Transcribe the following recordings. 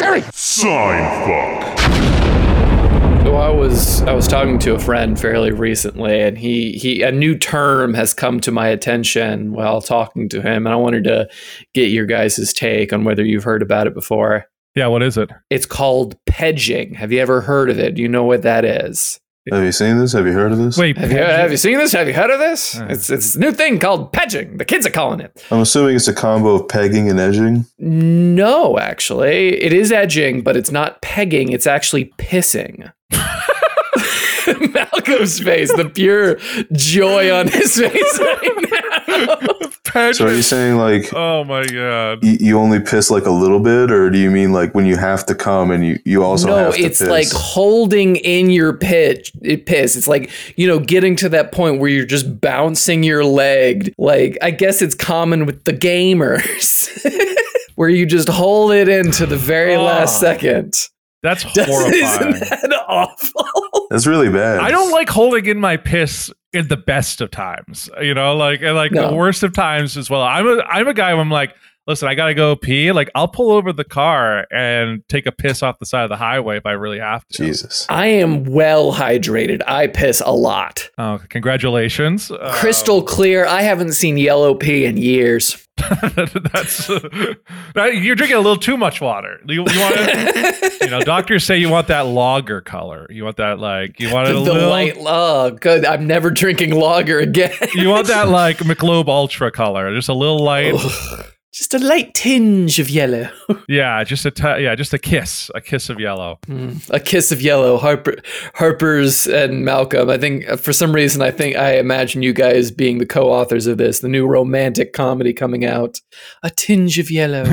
sorry. Sign fuck. So I was I was talking to a friend fairly recently, and he he a new term has come to my attention while talking to him, and I wanted to get your guys' take on whether you've heard about it before. Yeah, what is it? It's called pedging. Have you ever heard of it? Do you know what that is? Have you seen this? Have you heard of this? Wait, Have you, have you seen this? Have you heard of this? Uh. It's it's a new thing called pedging. The kids are calling it. I'm assuming it's a combo of pegging and edging. No, actually, it is edging, but it's not pegging. It's actually pissing. Malcolm's face, the pure joy on his face right now. So are you saying like oh my god. you, you only piss like a little bit, or do you mean like when you have to come and you, you also no, have to it's piss? like holding in your pitch, it piss. It's like, you know, getting to that point where you're just bouncing your leg. Like, I guess it's common with the gamers. Where you just hold it in to the very last Ah. second. That's Isn't horrifying. that awful? that's really bad. I don't like holding in my piss in the best of times. You know, like and like No. the worst of times as well. I'm a I'm a guy where I'm like, listen, I gotta go pee. Like I'll pull over the car and take a piss off the side of the highway if I really have to. Jesus. I am well hydrated. I piss a lot. Oh, congratulations. Um, Crystal clear. I haven't seen yellow pee in years. that's that- you're drinking a little too much water. You, you want to, you know, doctors say you want that lager color. You want that like you want it The a little light, oh, good. I'm never drinking lager again. you want that like McLobe Ultra color, just a little light. Just a light tinge of yellow. Yeah, just a t- yeah, just a kiss, a kiss of yellow. A kiss of yellow. Harper, Harper's and Malcolm. I think uh, for some reason, I think I imagine you guys being the co-authors of this, the new romantic comedy coming out. A tinge of yellow.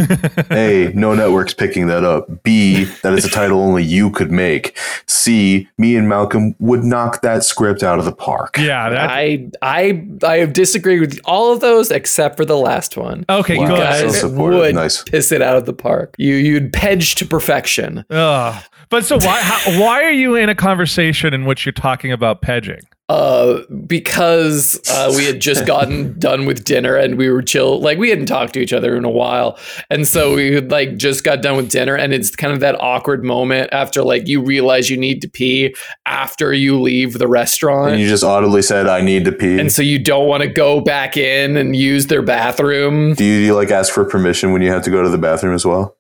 A, no network's picking that up. B, that is a title only you could make. C, me and Malcolm would knock that script out of the park. Yeah, that. I, I, I disagree with all of those except for the last one. okay, Wow. go So guys ahead. supportive. would Nice. piss it out of the park. You you'd pedge to perfection. Ugh. But so why how, why are you in a conversation in which you're talking about pedging? Uh, because uh, we had just gotten done with dinner and we were chill. Like we hadn't talked to each other in a while, and so we had, like just got done with dinner, and it's kind of that awkward moment after like you realize you need to pee after you leave the restaurant. And you just audibly said, I need to pee. and so you don't want to go back in and use their bathroom. do, you, do you like ask for permission when you have to go to the bathroom as well?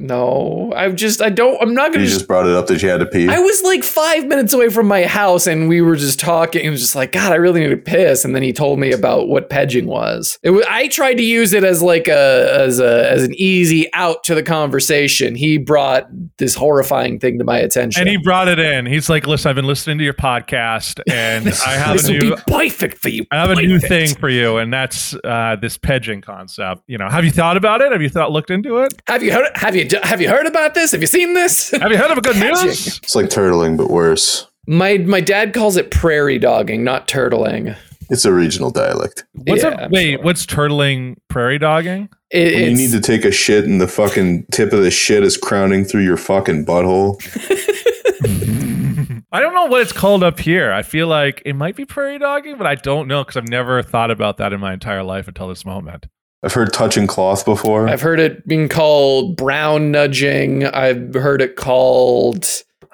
No, I'm just I don't. I'm not You gonna just brought it up that you had to pee. I was like five minutes away from my house and we were just talking. It was just like, God, I really need to piss. And then he told me about what pedging was. It was I tried to use it as like a as a as an easy out to the conversation. He brought this horrifying thing to my attention. And he brought it in. He's like, "Listen, I've been listening to your podcast, and I have this a would new be perfect for you. I have a new Perfect. thing for you, and that's uh, this pedging concept. You know, have you thought about it? Have you thought looked into it? Have you heard? Have you have you heard about this? Have you seen this? Have you heard of a good Pedging. news? it's like turtling, but worse. my my dad calls it prairie dogging, not turtling. It's a regional dialect. What's Yeah, up? I'm Wait, sure. what's turtling prairie dogging? It, When you it's- need to take a shit and the fucking tip of the shit is crowning through your fucking butthole. I don't know what it's called up here. I feel like it might be prairie dogging, but I don't know because I've never thought about that in my entire life until this moment. I've heard touching cloth before. I've heard it being called brown nudging. I've heard it called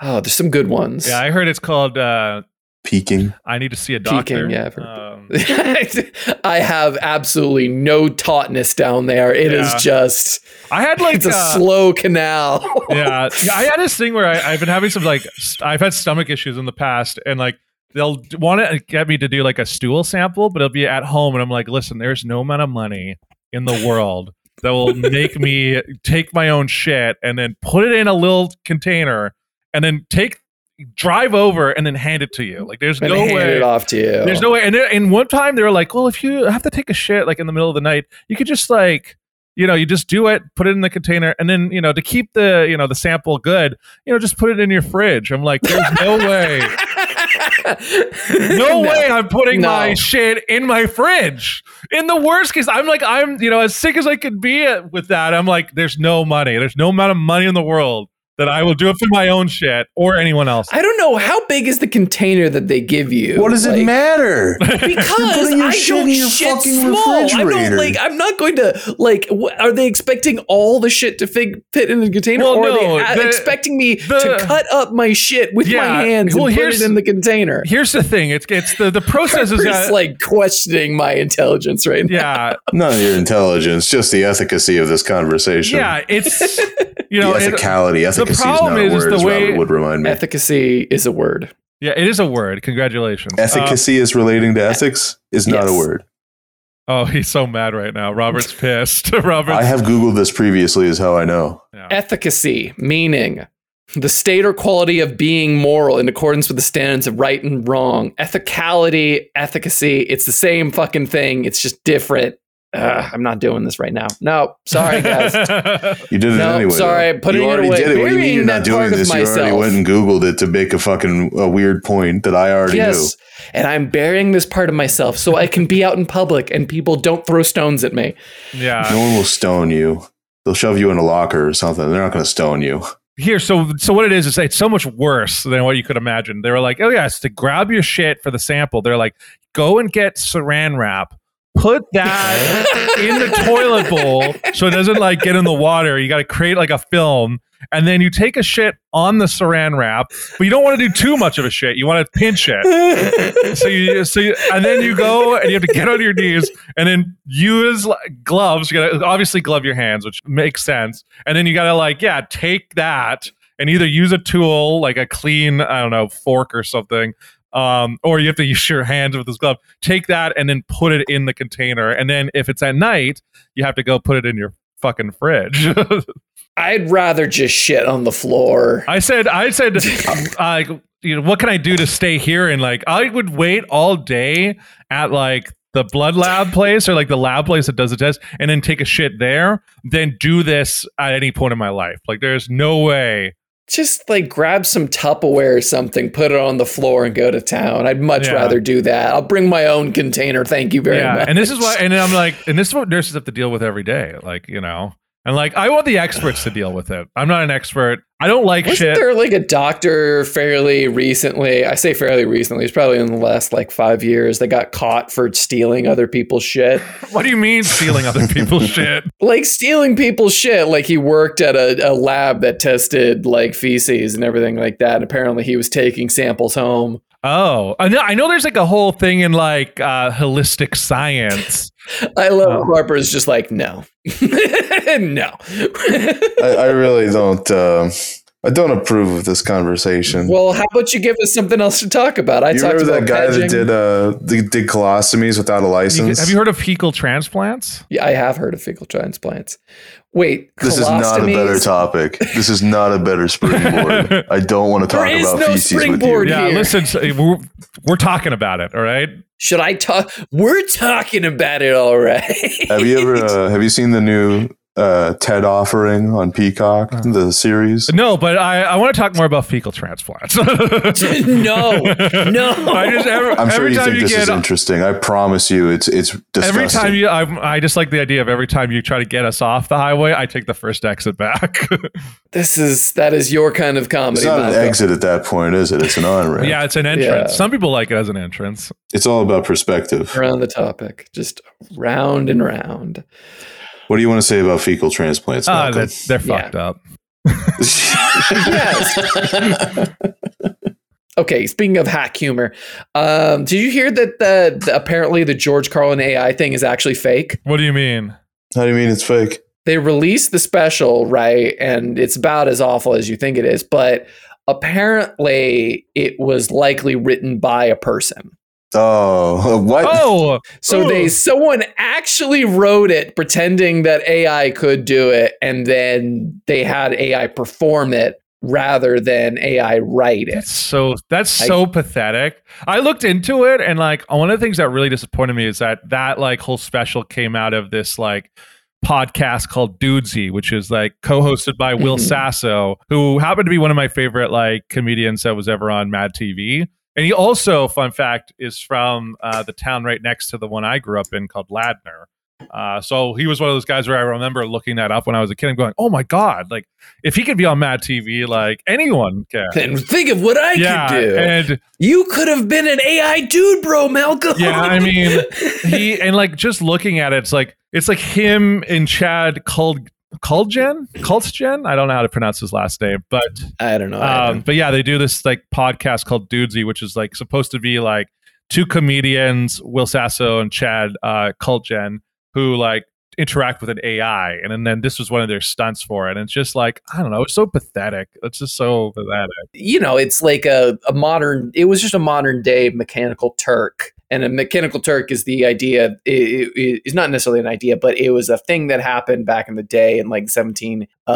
oh, there's some good ones. Yeah, I heard it's called uh, Peeking. I need to see a doctor. Peeking, yeah, I've heard- Um, I, have absolutely no tautness down there. It is Yeah. just I had like it's a uh, slow canal. yeah, yeah, I had this thing where I, I've been having some like st- I've had stomach issues in the past, and like they'll want to get me to do like a stool sample, but it'll be at home, and I'm like, listen, there's no amount of money in the world that will make me take my own shit and then put it in a little container and then take drive over and then hand it to you. Like there's and no hand way. it off to you. There's no way. And, there- and one time they were like, well, if you have to take a shit like in the middle of the night, you could just like, you know, you just do it, put it in the container, and then you know to keep the you know the sample good, you know, just put it in your fridge. I'm like, there's no way, no, way I'm putting No. my shit in my fridge. In the worst case, I'm like, uh, I'm you know as sick as I could be at- with that. I'm like, there's no money, there's no amount of money in the world that I will do it for my own shit or anyone else. I don't know how big is the container that they give you. What does it Like, matter? Because You're putting your I shit don't in your shit fucking small. I don't refrigerator. like. I'm not going to like. wh- are they expecting all the shit to fig- fit in the container, Well, or no, are they a- the- expecting me the- to cut up my shit with Yeah, my hands well, and put here's- it in the container? Here's the thing: it's it's the the process It's is that, like questioning my intelligence right now. yeah Not your intelligence, just the efficacy of this conversation. yeah it's you know the it- ethicality, efficacy is problem not a is- is word, the as way- Robert would remind Eh, me. Efficacy is a word. yeah it is a word. Congratulations. Uh, efficacy is relating to ethics is not a Yes. word. oh, he's so mad right now. Robert's pissed. Robert's I have Googled this previously, is how I know. yeah. Eh, Efficacy, meaning the state or quality of being moral in accordance with the standards of right and wrong. Ethicality, efficacy, it's the same fucking thing. It's just different. Ugh, I'm not doing this right now. No, sorry, guys. You did it No, anyway. sorry, though. putting you it already away, did it. What do you burying mean you're that not part doing of this? You already myself. went and Googled it to make a fucking a weird point that I already yes. And I'm burying this part of myself so I can be out in public and people don't throw stones at me. yeah. knew. No one will stone you. They'll shove you in a locker or something. They're not going to stone you. here so so what it is is it's so much worse than what you could imagine they were like oh yeah it's to grab your shit for the sample they're like go and get saran wrap put that in the toilet bowl so it doesn't like get in the water you got to create like a film and then you take a shit on the saran wrap but you don't want to do too much of a shit you want to pinch it so you so you, and then you go and you have to get on your knees and then use like, gloves. You gotta obviously glove your hands, which makes sense. And then you gotta like yeah, take that and either use a tool like a clean I don't know fork or something. Um, or you have to use your hands with this glove. Take that and then put it in the container. And then if it's at night, you have to go put it in your fucking fridge. I'd rather just shit on the floor. I said, I said, uh, like, you know, what can I do to stay here? And like, I would wait all day at like the blood lab place or like the lab place that does the test, and then take a shit there. Then do this at any point in my life. Like, there's no way. just like grab some Tupperware or something, put it on the floor, and go to town. I'd much Yeah. rather do that. I'll bring my own container. Thank you very yeah, much. and this is why, and I'm like, and this is what nurses have to deal with every day. Like, you know, and like, I want the experts to deal with it. I'm not an expert. I don't like Wasn't shit. there like a doctor fairly recently? I say fairly recently. It's probably in the last like five years. They got caught for stealing other people's shit. what do you mean stealing other people's shit? Like stealing people's shit. Like he worked at a, a lab that tested like feces and everything like that. And apparently he was taking samples home. Oh, I know. I know. There's like a whole thing in like uh, holistic science. I love Oh. Harper's just like, no. no. I, I really don't. Uh, I don't approve of this conversation. Well, how about you give us something else to talk about? I you talked remember about that guy hedging. that did uh, that did colostomies without a You license? could- have you heard of fecal transplants? Yeah, I have heard of fecal transplants. Wait, This is not a better colostomies? topic. This is not a better springboard. I don't want to There talk is about no feces springboard. with Yeah, Here. listen, so we're, we're talking about it, all right? Should I talk? We're talking about it all right. you. Have you ever uh, have you seen the new uh, TED offering on Peacock? Uh-huh. The series. No, but I, I want to talk more about fecal transplants. no, no, no. I just every, I'm sure every you time think you this get is interesting. I promise you, it's it's disgusting. every time you I, I just like the idea of every time you try to get us off the highway, I take the first exit back. this is that is your kind of comedy. it's not an Malcolm. exit at that point, is it? It's an on ramp. yeah, it's an entrance. Yeah. Some people like it as an entrance. It's all about perspective. Around the topic, just round and round. What do you want to say about fecal transplants? Ah, Malcolm? they're, they're Yeah. fucked up. Yes. okay. Speaking of hack humor, um, did you hear that the, the apparently the George Carlin AI thing is actually fake? What do you mean? How do you mean it's fake? they released the special, right? And it's about as awful as you think it is, but apparently it was likely written by a person. Oh, what? Oh, So Ooh. they someone actually wrote it pretending that AI could do it and then they had AI perform it rather than AI write That's it. so that's I- so pathetic. I looked into it and like one of the things that really disappointed me is that that like whole special came out of this like podcast called Dudesy, which is like co-hosted by Will Mhm. Sasso, who happened to be one of my favorite like comedians that was ever on Mad TV. And he also, fun fact, is from uh, the town right next to the one I grew up in called Ladner. Uh, so he was one of those guys where I remember looking that up when I was a kid and going, "Oh my god! Like if he could be on Mad TV, like anyone can." And think of what I yeah, could do. and you could have been an AI dude, bro, Malcolm. yeah, I mean, he and like just looking at it, it's like it's like him and Chad called Culgen, Cultgen. I don't know how to pronounce his last name, but I don't know. I um, but yeah, they do this like podcast called Dudesy, which is like supposed to be like two comedians, Will Sasso and Chad uh, Kultgen, who like interact with an AI, and, and then this was one of their stunts for it. And it's just like I don't know, it's so pathetic. It's just so pathetic. you know, it's like a, a modern, it was just a modern day Mechanical Turk. And a Mechanical Turk is the idea, i- i- i- it's not necessarily an idea, but it was a thing that happened back in the day in like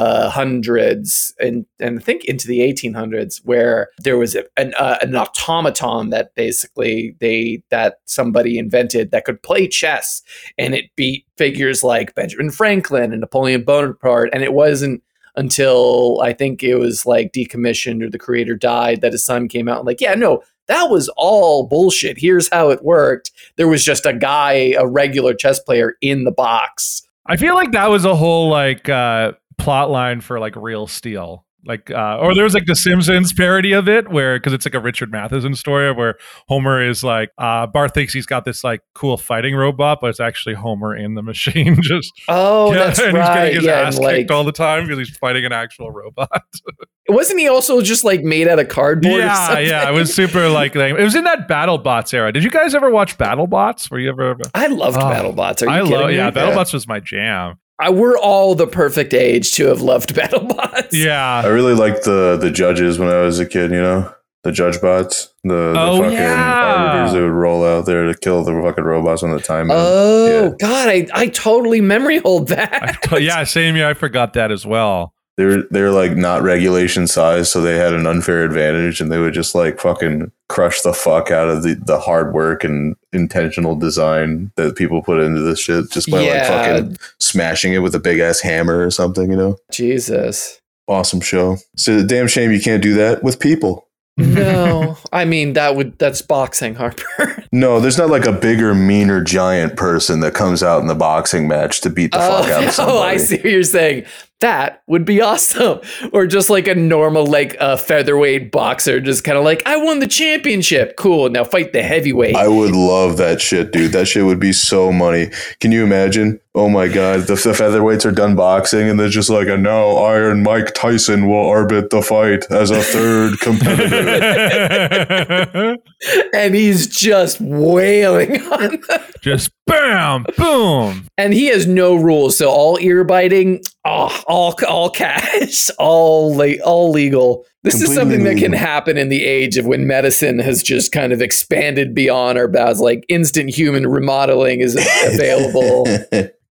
1700s and, and I think into the 1800s where there was a- an, uh, an automaton that basically they, that somebody invented that could play chess and it beat figures like Benjamin Franklin and Napoleon Bonaparte. And it wasn't until I think it was like decommissioned or the creator died that his son came out and like, yeah, no, that was all bullshit. Here's how it worked. There was just a guy, a regular chess player in the box. I feel like that was a whole like uh plot line for like real steel. Like uh or there was like the Simpsons parody of it where cuz it's like a Richard Matheson story where Homer is like uh Bart thinks he's got this like cool fighting robot but it's actually Homer in the machine just Oh, that's and he's getting right. his yeah, ass and like, kicked all the time because he's fighting an actual robot. wasn't he also just like made out of cardboard? or yeah, something? yeah, it was super like lame. it was in that BattleBots era. Did you guys ever watch BattleBots? Were you ever I loved Oh, BattleBots. Are you I kidding love me? yeah, BattleBots was my jam. I, we're all the perfect age to have loved BattleBots. Yeah. I really liked the the judges when I was a kid. You know, the judge bots, the, the Oh, fucking yeah. arbiters that would roll out there to kill the fucking robots on the time. out. Oh Yeah. God, I, I totally memory hold that. I- yeah, same year. I forgot that as well. they're they're like not regulation size, so they had an unfair advantage, and they would just like fucking crush the fuck out of the, the hard work and intentional design that people put into this shit just by like Yeah. fucking smashing it with a big ass hammer or something. You know, Jesus. awesome show. It's a damn shame you can't do that with people. No, I mean that would that's boxing, Harper. No, there's not like a bigger, meaner, giant person that comes out in the boxing match to beat the fuck out of somebody. oh, I see what you're saying. That would be awesome, or just like a normal like uh, featherweight boxer, just kind of like I won the championship. Cool, now fight the heavyweight. I would love that shit, dude. That shit would be so money. Can you imagine? Oh my god, the, the featherweights are done boxing, and they're just like, and now Iron Mike Tyson will arbit the fight as a third competitor. and he's just wailing on them. Just bam, boom. And he has no rules, so all ear biting, oh, all all cash, all le- all legal. This is Completely something that can legal. happen in the age of when medicine has just kind of expanded beyond our bounds. Like instant human remodeling is available.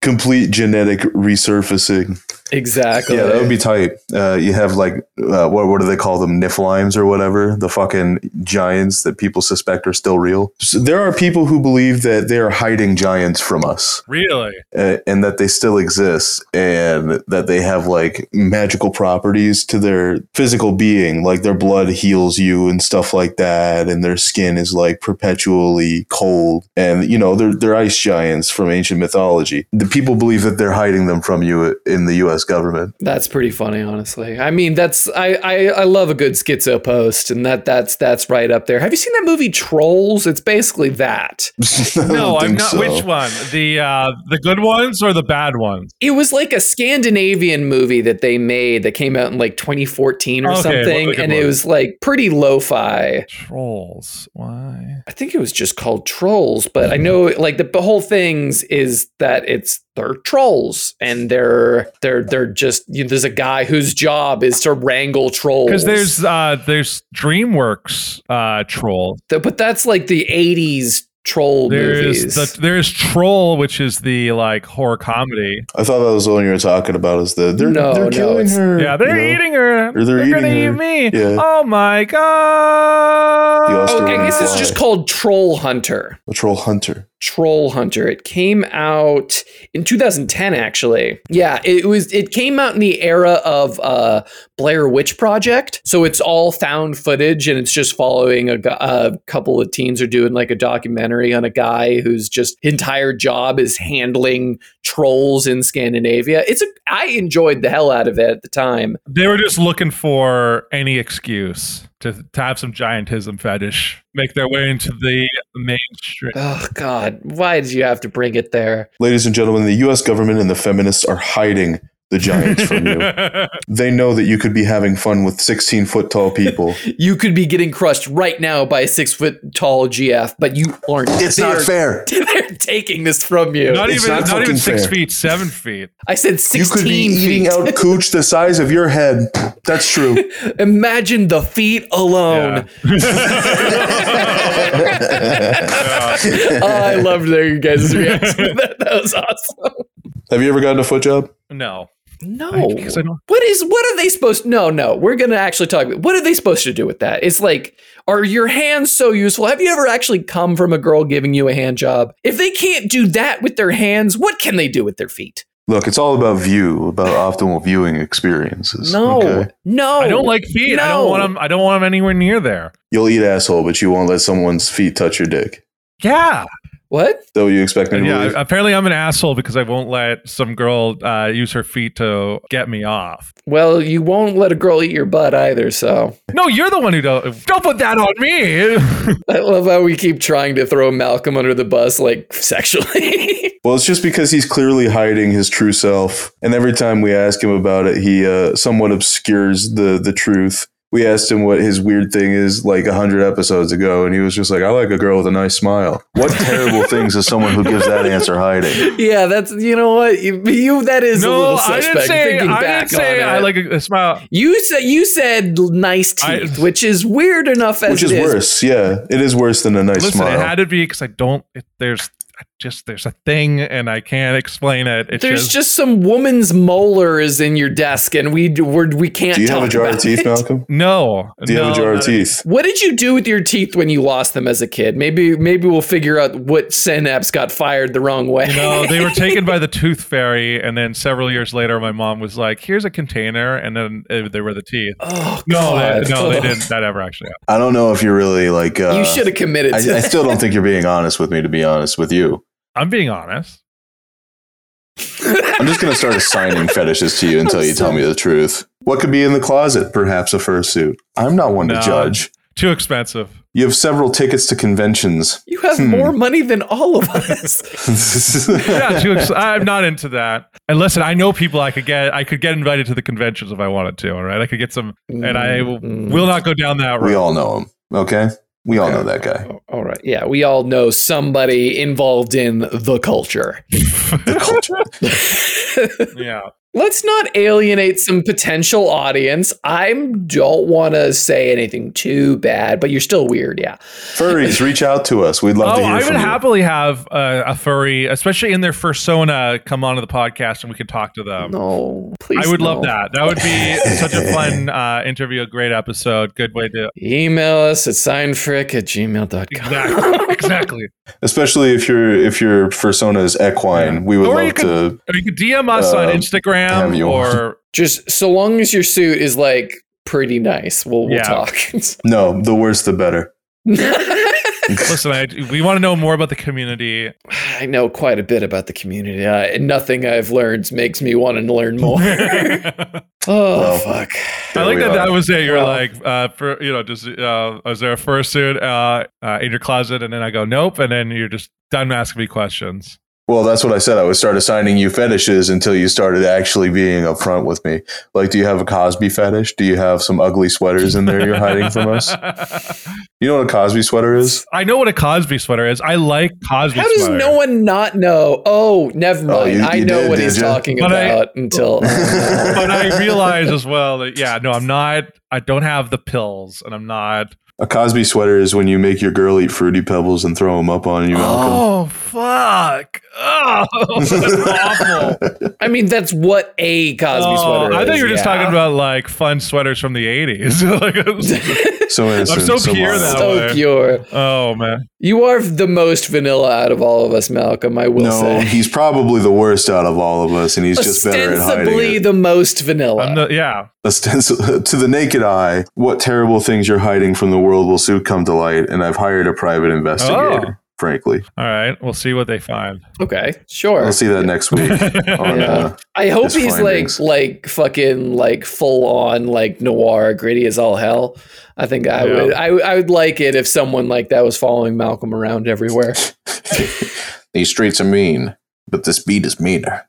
Complete genetic resurfacing. exactly. Yeah, that would be tight. Uh, you have like uh, what what do they call them? Niflheims or whatever. The fucking giants that people suspect are still real. So there are people who believe that they are hiding giants from us. Really? uh, and that they still exist and that they have like magical properties to their physical being like their blood heals you and stuff like that and their skin is like perpetually cold and you know they're they're ice giants from ancient mythology the people believe that they're hiding them from you in the US government That's pretty funny, honestly. I mean, that's I, I I love a good schizo post, and that that's that's right up there. Have you seen that movie Trolls? It's basically that. I don't No, I'm think not. so. Which one? The uh, the good ones or the bad ones? It was like a Scandinavian movie that they made that came out in like 2014 or Okay, well, something, okay, and well. it was like pretty lo-fi. Trolls. Why? I think it was just called Trolls, but I know like the, the whole things is that it's they're trolls and they're they're they're just you know, there's a guy whose job is to wrangle trolls Because there's uh, there's DreamWorks uh, troll. Th- but that's like the 80s troll movies. There's the, there's troll, which is the like horror comedy. I thought that was the one you were talking about is the they're, No, they're no, killing it's- her Yeah, they're you know? eating her. Or they're gonna eat eating me. Yeah. Oh my god. The Oscar okay, I winning guess it's fly. just called Troll Hunter. a troll hunter Troll Hunter. It came out in 2010, actually. Yeah, it was. It came out in the era of uh, Blair Witch Project, so it's all found footage, and it's just following a, gu- a couple of teens are doing like a documentary on a guy whose just entire job is handling trolls in Scandinavia. It's a. I enjoyed the hell out of it at the time. They were just looking for any excuse to, to have some giantism fetish make their way into the mainstream. Oh God, why did you have to bring it there? Ladies and gentlemen, the US government and the feminists are hiding the giants from you. They know that you could be having fun with 16 foot tall people. You could be getting crushed right now by a six foot tall GF, but you aren't. It's They not are- fair. They're taking this from you. not It's even not not, even fucking six fair. feet, seven feet. I said You could be sixteen eating feet. out cooch the size of your head. That's true. Imagine the feet alone. Oh, I loved hearing you guys' reaction. to that. That was awesome. Have you ever gotten a foot job? No. No, I- 'cause I don't- what is what are they supposed? No, no, we're gonna actually talk. about What are they supposed to do with that? It's like, are your hands so useful? Have you ever actually come from a girl giving you a hand job? If they can't do that with their hands, what can they do with their feet? Look, it's all about view, about optimal viewing experiences. No, okay? no, I don't like feet. I No. don't want them. I don't want them anywhere near there. You'll eat asshole, but you won't let someone's feet touch your dick. Yeah, what. Is that what you expect me to yeah. believe? Apparently, I'm an asshole because I won't let some girl uh, use her feet to get me off. Well, you won't let a girl eat your butt either. So No, you're the one who don't. Don't put that on me. I love how we keep trying to throw Malcolm under the bus, like sexually. Well, it's just because he's clearly hiding his true self, and every time we ask him about it, he uh, somewhat obscures the the truth. We asked him what his weird thing is like a hundred episodes ago, and he was just like, "I like a girl with a nice smile." What terrible things is someone who gives that answer hiding? yeah, that's you know what you, you that is a no, little I suspect. didn't say. thinking I back didn't say. on I it. like a, a smile. you said you said nice I- teeth, which is weird enough as Which is it worse, yeah, it is worse than a nice Listen, smile. it had to be because I don't. It, there's I just there's a thing, and I can't explain it. It's There's just, just some woman's molar is in your desk, and we we're, we can't. Do you talk have a jar of about teeth, it. Malcolm? no. Do you no, have a jar of not- teeth? What did you do with your teeth when you lost them as a kid? Maybe maybe we'll figure out what synapse got fired the wrong way. No, they were taken by the tooth fairy, and then several years later, my mom was like, "Here's a container," and then uh, they were the teeth. Oh, No, God. they, no, they didn't. That ever actually happened. I don't know if you're really like. Uh, you should have committed. I, to I that. still don't think you're being honest with me. To be honest with you, I'm being honest. I'm just gonna start assigning fetishes to you until you tell me the truth. What could be in the closet? Perhaps a fursuit. I'm not one No. to judge. Too expensive. You have several tickets to conventions. You have Hmm. more money than all of us. Yeah, too. Ex- I'm not into that. And listen, I know people. I could get. I could get invited to the conventions if I wanted to. All right, I could get some, and I w- Mm. Mm-hmm. will not go down that we road. all know him. Okay, we all know that guy. Oh, all right. Yeah, we all know somebody involved in the culture. The culture. yeah. Let's not alienate some potential audience. I don't want to say anything too bad, but you're still weird. Yeah. Furries, reach out to us. We'd love Oh, to hear I from would you. happily have uh, a furry, especially in their fursona, come onto the podcast and we could talk to them. No, please. Um, I would love no. that. That would be such a fun uh, interview, a great episode, good way to. Email us at signfrick at gmail.com. Exactly. exactly. Especially if your if your persona is equine, we would Or you love to. Or you could DM us on Uh, have Instagram you or Just so long as your suit is like pretty nice, we'll, we'll Yeah. talk. No, the worse the better. listen. I, we want to know more about the community. I know quite a bit about the community. I, and nothing I've learned makes me want to learn more. oh, I Well, fuck. There like we that. are. That was it. You're Well- like, uh, for, you know, just uh, is there a fursuit uh, uh, in your closet? And then I go, nope. And then you're just done asking me questions. Well, that's what I said. I would start assigning you fetishes until you started actually being upfront with me. Like, do you have a Cosby fetish? Do you have some ugly sweaters in there you're hiding from us? You know what a Cosby sweater is? I know what a Cosby sweater is. I like Cosby. How does sweater. no one not know? Oh, never mind. Oh, you- I you know did, what did he's ya? talking But I- about until. but I realize as well that yeah, no, I'm not. I don't have the pills, and I'm not. A Cosby sweater is when you make your girl eat fruity pebbles and throw them up on you, Malcolm. Oh fuck! Oh, that's awful. I mean, that's what a Cosby Oh, sweater is. I thought you were just yeah. talking about like fun sweaters from the '80s. Like, it was- So innocent. so pure mild. that so way. pure. oh man, You are the most vanilla out of all of us, Malcolm. I will No, say. he's probably the worst out of all of us, and he's just better at hiding Ostensibly it. the most vanilla. I'm the, yeah. Ostensi- to the naked eye, what terrible things you're hiding from the world will soon come to light, and I've hired a private investigator. Oh. Frankly, All right, we'll see what they find. okay, sure. I'll see that next week. on, uh, I hope His he's findings. like like fucking like full on like noir gritty as all hell. I think I Yeah. would I, would- I would like it if someone like that was following Malcolm around everywhere. These streets are mean, but this beat is meaner.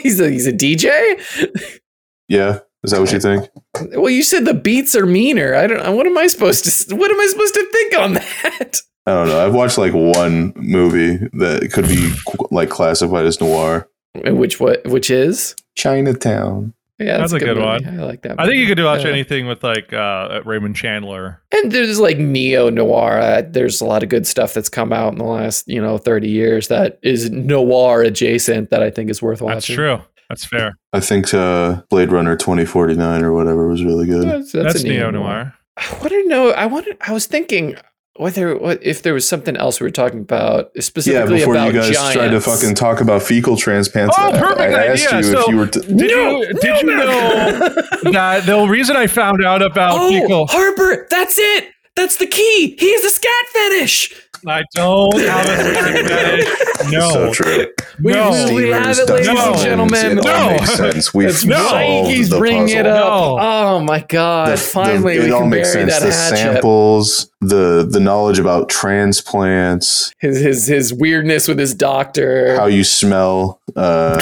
he's a he's a DJ. Yeah, is that what you think? Well, you said the beats are meaner. I don't. What am I supposed to? What am I supposed to think on that? I don't know. I've watched like one movie that could be qu- like classified as noir. Which what which is? Chinatown. Yeah, That's a good movie. one. I like that. I think you movie. could do watch Yeah. anything with like uh, Raymond Chandler. And there's like neo noir. Uh, there's a lot of good stuff that's come out in the last you know 30 years that is noir adjacent that I think is worth watching. That's true. That's fair. I think uh, Blade Runner 2049 or whatever was really good. That's, That's, a neo neo-noir. noir. I want to know. I wanted. I was thinking whether what if there was something else we were talking about uh, Yeah, specifically before about you guys giants. tried to fucking talk about fecal transplants, Oh, I- perfect I, asked idea. you if So- you were. T- Did you did you know that the reason I found out about oh, fecal? Harper, that's it. That's the key. He has a scat fetish. I don't have a fecal fetish. No, so true. Oh, We No. really have it, Steamers, ladies No. and dungeons, gentlemen. It all No. makes sense. We've It's No. solved Mikey's the bringing puzzle. it up. No. Oh my god! The- the- Finally, we can bury that the hatchet. samples, the the knowledge about transplants, His his his weirdness with his doctor, how you smell. Uh,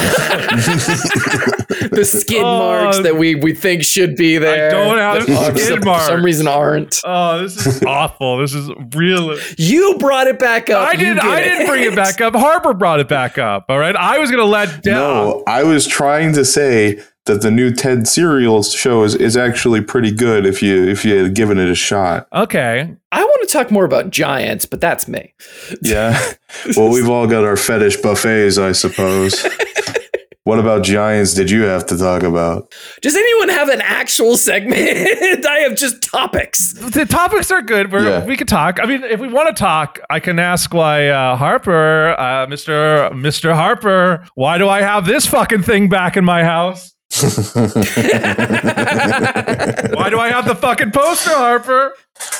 the skin Oh. marks that we we think should be there. don't have that are- skin For some marks. reason, aren't. Oh, this is awful. This is real. You brought it back up. I You didn't. get I didn't bring it back up. Harper brought it back up. All right. I was gonna let down. No, I was trying to say that the new Ted serial show is, is actually pretty good if you if you had given it a shot. Okay. I want to talk more about giants, but that's me. Yeah. well, we've all got our fetish buffets, I suppose. what about giants? Did you have to talk about? Does anyone have an actual segment? I have just topics. The topics are good. We're, Yeah. We could talk. I mean, if we want to talk, I can ask why uh, Harper, uh, Mister Mister Harper, why do I have this fucking thing back in my house? why do I have the fucking poster, Harper?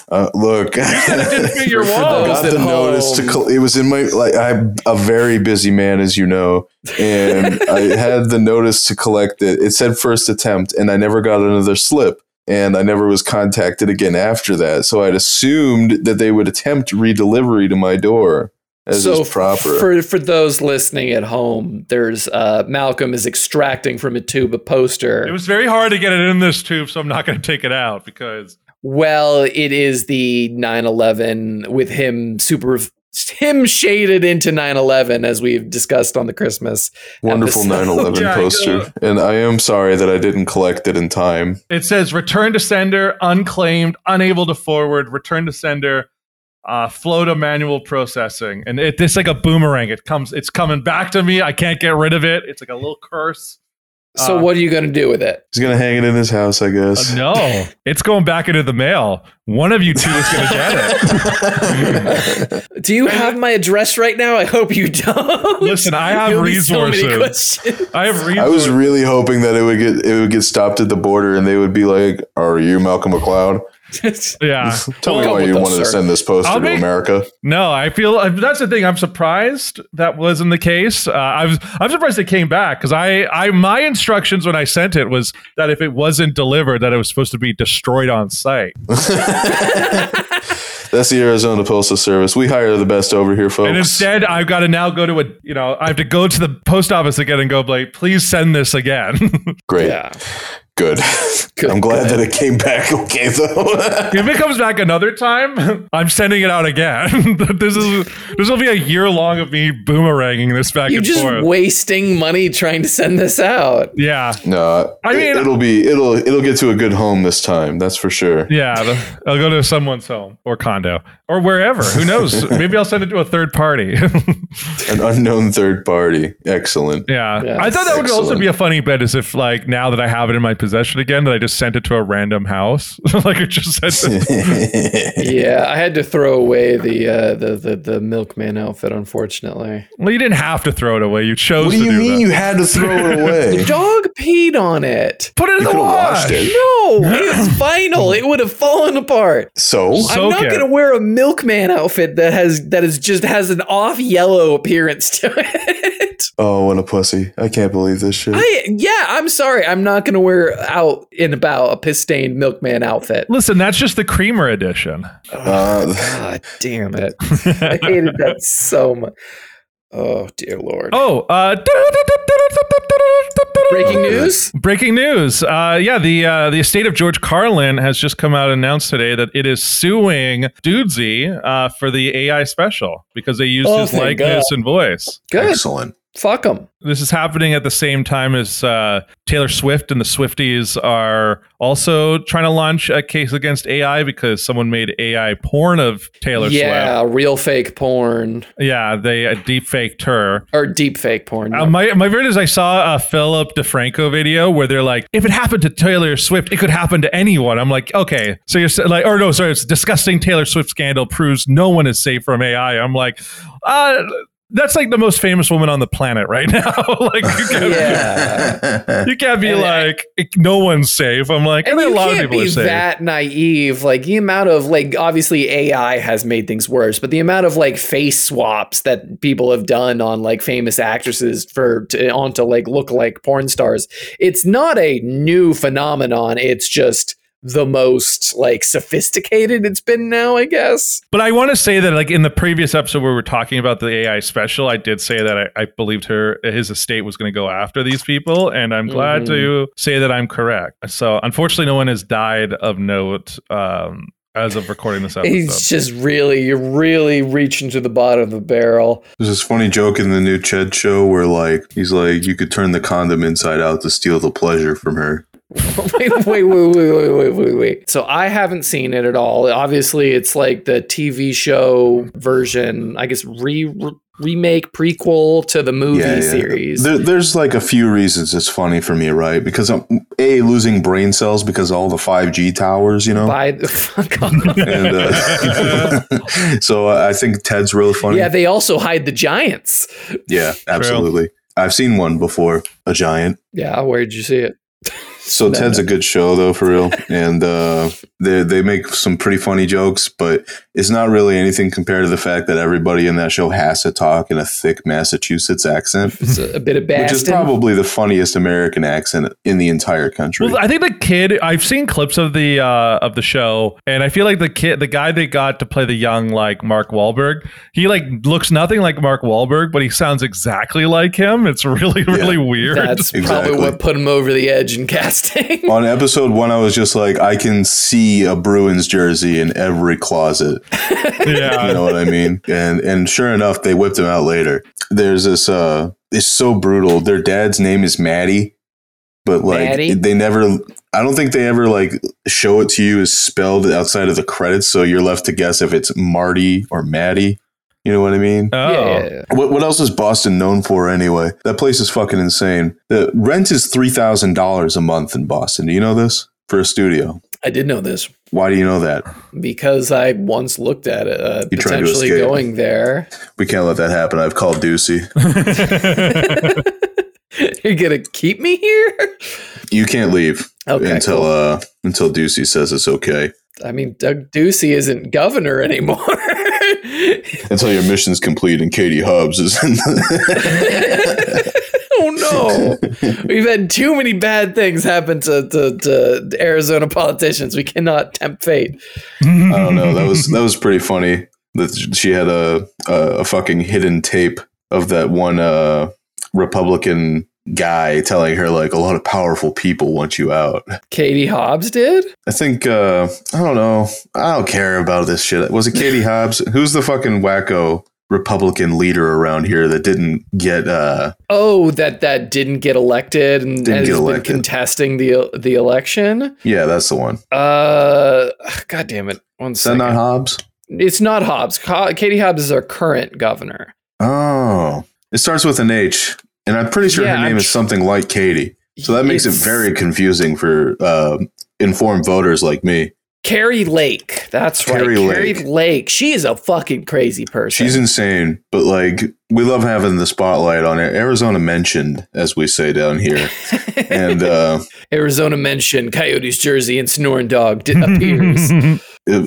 Uh, look, I Didn't fit your got wall. those- at the notice to. home. Col- it was in my like I'm a very busy man, as you know, and I had the notice to collect it. It said first attempt, and I never got another slip. And I never was contacted again after that. So I'd assumed that they would attempt redelivery to my door as is proper. For for those listening at home, there's uh, Malcolm is extracting from a tube a poster. It was very hard to get it in this tube, so I'm not going to take it out because well, it is the 9/11 with him super him shaded into 9/11 as we've discussed on the Christmas. Wonderful episode. 9 11 uh, Yeah, I know. poster. And I am sorry that I didn't collect it in time. It says return to sender, unclaimed, unable to forward, return to sender, uh, flow to manual processing. And it, it's like a boomerang. It comes, it's coming back to me. I can't get rid of it. It's like a little curse. So Uh, what are you going to do with it? He's going to hang it in his house, I Uh, guess. no, it's going back into the mail. One of you two is going to get it. Uh, Do you have my address right now? I hope you don't. Listen, I have There'll be so many resources. questions. I have I was reasons. really hoping that it would get it would get stopped at the border and they would be like, "Are you Malcolm McLeod? yeah. Tell Well, me come why with you us, wanted to sir. send this poster I'll to make- America." No, I feel I- that's the thing. I'm surprised that wasn't the case. Uh, I was I'm surprised it came back because I I my instructions when I sent it was that if it wasn't delivered, that it was supposed to be destroyed on site. That's the Arizona Postal Service. We hire the best over here, folks. And instead, I've got to now go to a you know I have to go to the post office again and go like, please send this again. Great, yeah. Good. Good, I'm glad good. that it came back okay though. If it comes back another time, I'm sending it out again. this is this will be a year long of me boomeranging this back You're and just forth. wasting money trying to send this out. yeah, no, I I mean- mean it'll be it'll it'll get to a good home this time. That's for sure. yeah. the- I'll go to someone's home or condo or wherever. Who knows? Maybe I'll send it to a third party. An unknown third party. Excellent. yeah. Yeah, I thought that would also excellent. be a funny bet, is if like now that I have it in my possession again, that I just sent it to a random house, like it just said. Yeah, I had to throw away the uh, the, the the milkman outfit, unfortunately. well, you didn't have to throw it away. You chose what do to you do mean that. you had to throw it away? Dog peed on it. Put it in You the could've wash. washed it. No, it's vinyl. It would have fallen apart. So I'm Soak not it. gonna wear a milkman outfit that has that is just has an off yellow appearance to it. Oh what a pussy. I can't believe this shit. I yeah, I'm sorry. I'm not gonna wear out and about a piss stained milkman outfit. Oh, Listen, that's just the creamer edition. uh, God damn it. I hated that so much. Oh dear lord. Oh, uh, Oh. Breaking news? Breaking news! Uh, yeah, the uh, the estate of George Carlin has just come out and announced today that it is suing Dudesy uh, for the AI special because they used Oh, his thank likeness and voice. Good. excellent. Fuck them. This is happening at the same time as uh, Taylor Swift and the Swifties are also trying to launch a case against AI because someone made AI porn of Taylor Swift. Yeah, real fake porn Yeah, they uh, deep faked her. or deep fake porn. Uh, my my favorite is I saw a Philip DeFranco video where they're like, if it happened to Taylor Swift, it could happen to anyone. I'm like, okay, so you're s- like, or no, sorry, it's disgusting. Taylor Swift scandal proves no one is safe from AI. I'm like, uh, that's like the most famous woman on the planet right now. like, you can't, yeah. you can't be And I- like, "Ik- no one's safe. I'm like, I And mean, you a lot of can't people be are safe. that naive. Like the amount of like, obviously AI has made things worse, but the amount of like face swaps that people have done on like famous actresses for to, onto like look like porn stars, it's not a new phenomenon. It's just the most like sophisticated it's been now, I guess. But I want to say that, like in the previous episode where we were talking about the AI special, I did say that I, I believed her his estate was going to go after these people, and I'm glad Mm-hmm. to say that I'm correct. So, unfortunately, no one has died of note um, as of recording this It's episode. just really, you're really reaching to the bottom of the barrel. There's this funny joke in the new Ched show where like he's like, you could turn the condom inside out to steal the pleasure from her. wait, wait, wait, wait, wait, wait, wait, wait. So I haven't seen it at all. Obviously, it's like the TV show version, I guess re, re- remake prequel to the movie series. There, there's like a few reasons it's funny for me, right? Because I'm a losing brain cells because of all the five G towers, you know. By the fuck off. And, uh, so I I think Ted's really funny. Yeah, Yeah, they also hide the giants. absolutely. I've seen one before, a giant. Yeah, where'd you see it? So No, Ted's a good show though, for real, and uh, they they make some pretty funny jokes, but it's not really anything compared to the fact that everybody in that show has to talk in a thick Massachusetts accent, It's a, a bit of which is Bastin. probably the funniest American accent in the entire country. Well, I think the kid. I've seen clips of the uh, of the show, and I feel like the kid, the guy they got to play the young like Mark Wahlberg, he like looks nothing like Mark Wahlberg, but he sounds exactly like him. It's really, really weird. That's Exactly. probably what put him over the edge in casting. on episode one, I was just like, I can see a Bruins jersey in every closet. yeah. You know what I mean? And and sure enough, they whipped him out later. There's this. uh It's so brutal. Their dad's name is Maddie, but like Maddie? they never. I don't think they ever like show it to you as spelled outside of the credits, so you're left to guess if it's Marty or Maddie. You know what I mean? Oh. Yeah. What, what else is Boston known for anyway? That place is fucking insane. The rent is three thousand dollars a month in Boston. Do you know this for a studio? I did know this Why do you know that? because I once looked at it, uh, You tried to potentially escape. going there. We can't let that happen. I've called Ducey. You're going to keep me here? You can't leave Okay. until cool. uh until Ducey says it's okay. I mean, Doug Ducey isn't governor anymore. Until your mission's complete and Katie Hubbs is in oh no, we've had too many bad things happen to, to, to Arizona politicians. We cannot tempt fate. I don't know. That was that was pretty funny. That she had a a, a fucking hidden tape of that one uh Republican guy telling her like a lot of powerful people want you out. Katie Hobbs did? I think uh I don't know. I don't care about this shit. Was it Katie Hobbs? Who's the fucking wacko Republican leader around here that didn't get uh Oh, that that didn't get elected and, Didn't and has get been elected. contesting the the election. yeah, that's the one. Uh god damn it. One Is that second. not Hobbs? it's not Hobbs. Ho- Katie Hobbs is our current governor. Oh. It starts with an H. And I'm pretty sure Yeah, her name I'm is tr- something like Katie. So that makes It's it very confusing for uh, informed voters like me. Carrie Lake. That's right. Carrie Carrie Lake. Lake. She is a fucking crazy person. She's insane, but like we love having the spotlight on it. Arizona mentioned, as we say down here. and uh Arizona mentioned Coyotes jersey and snoring dog di- appears.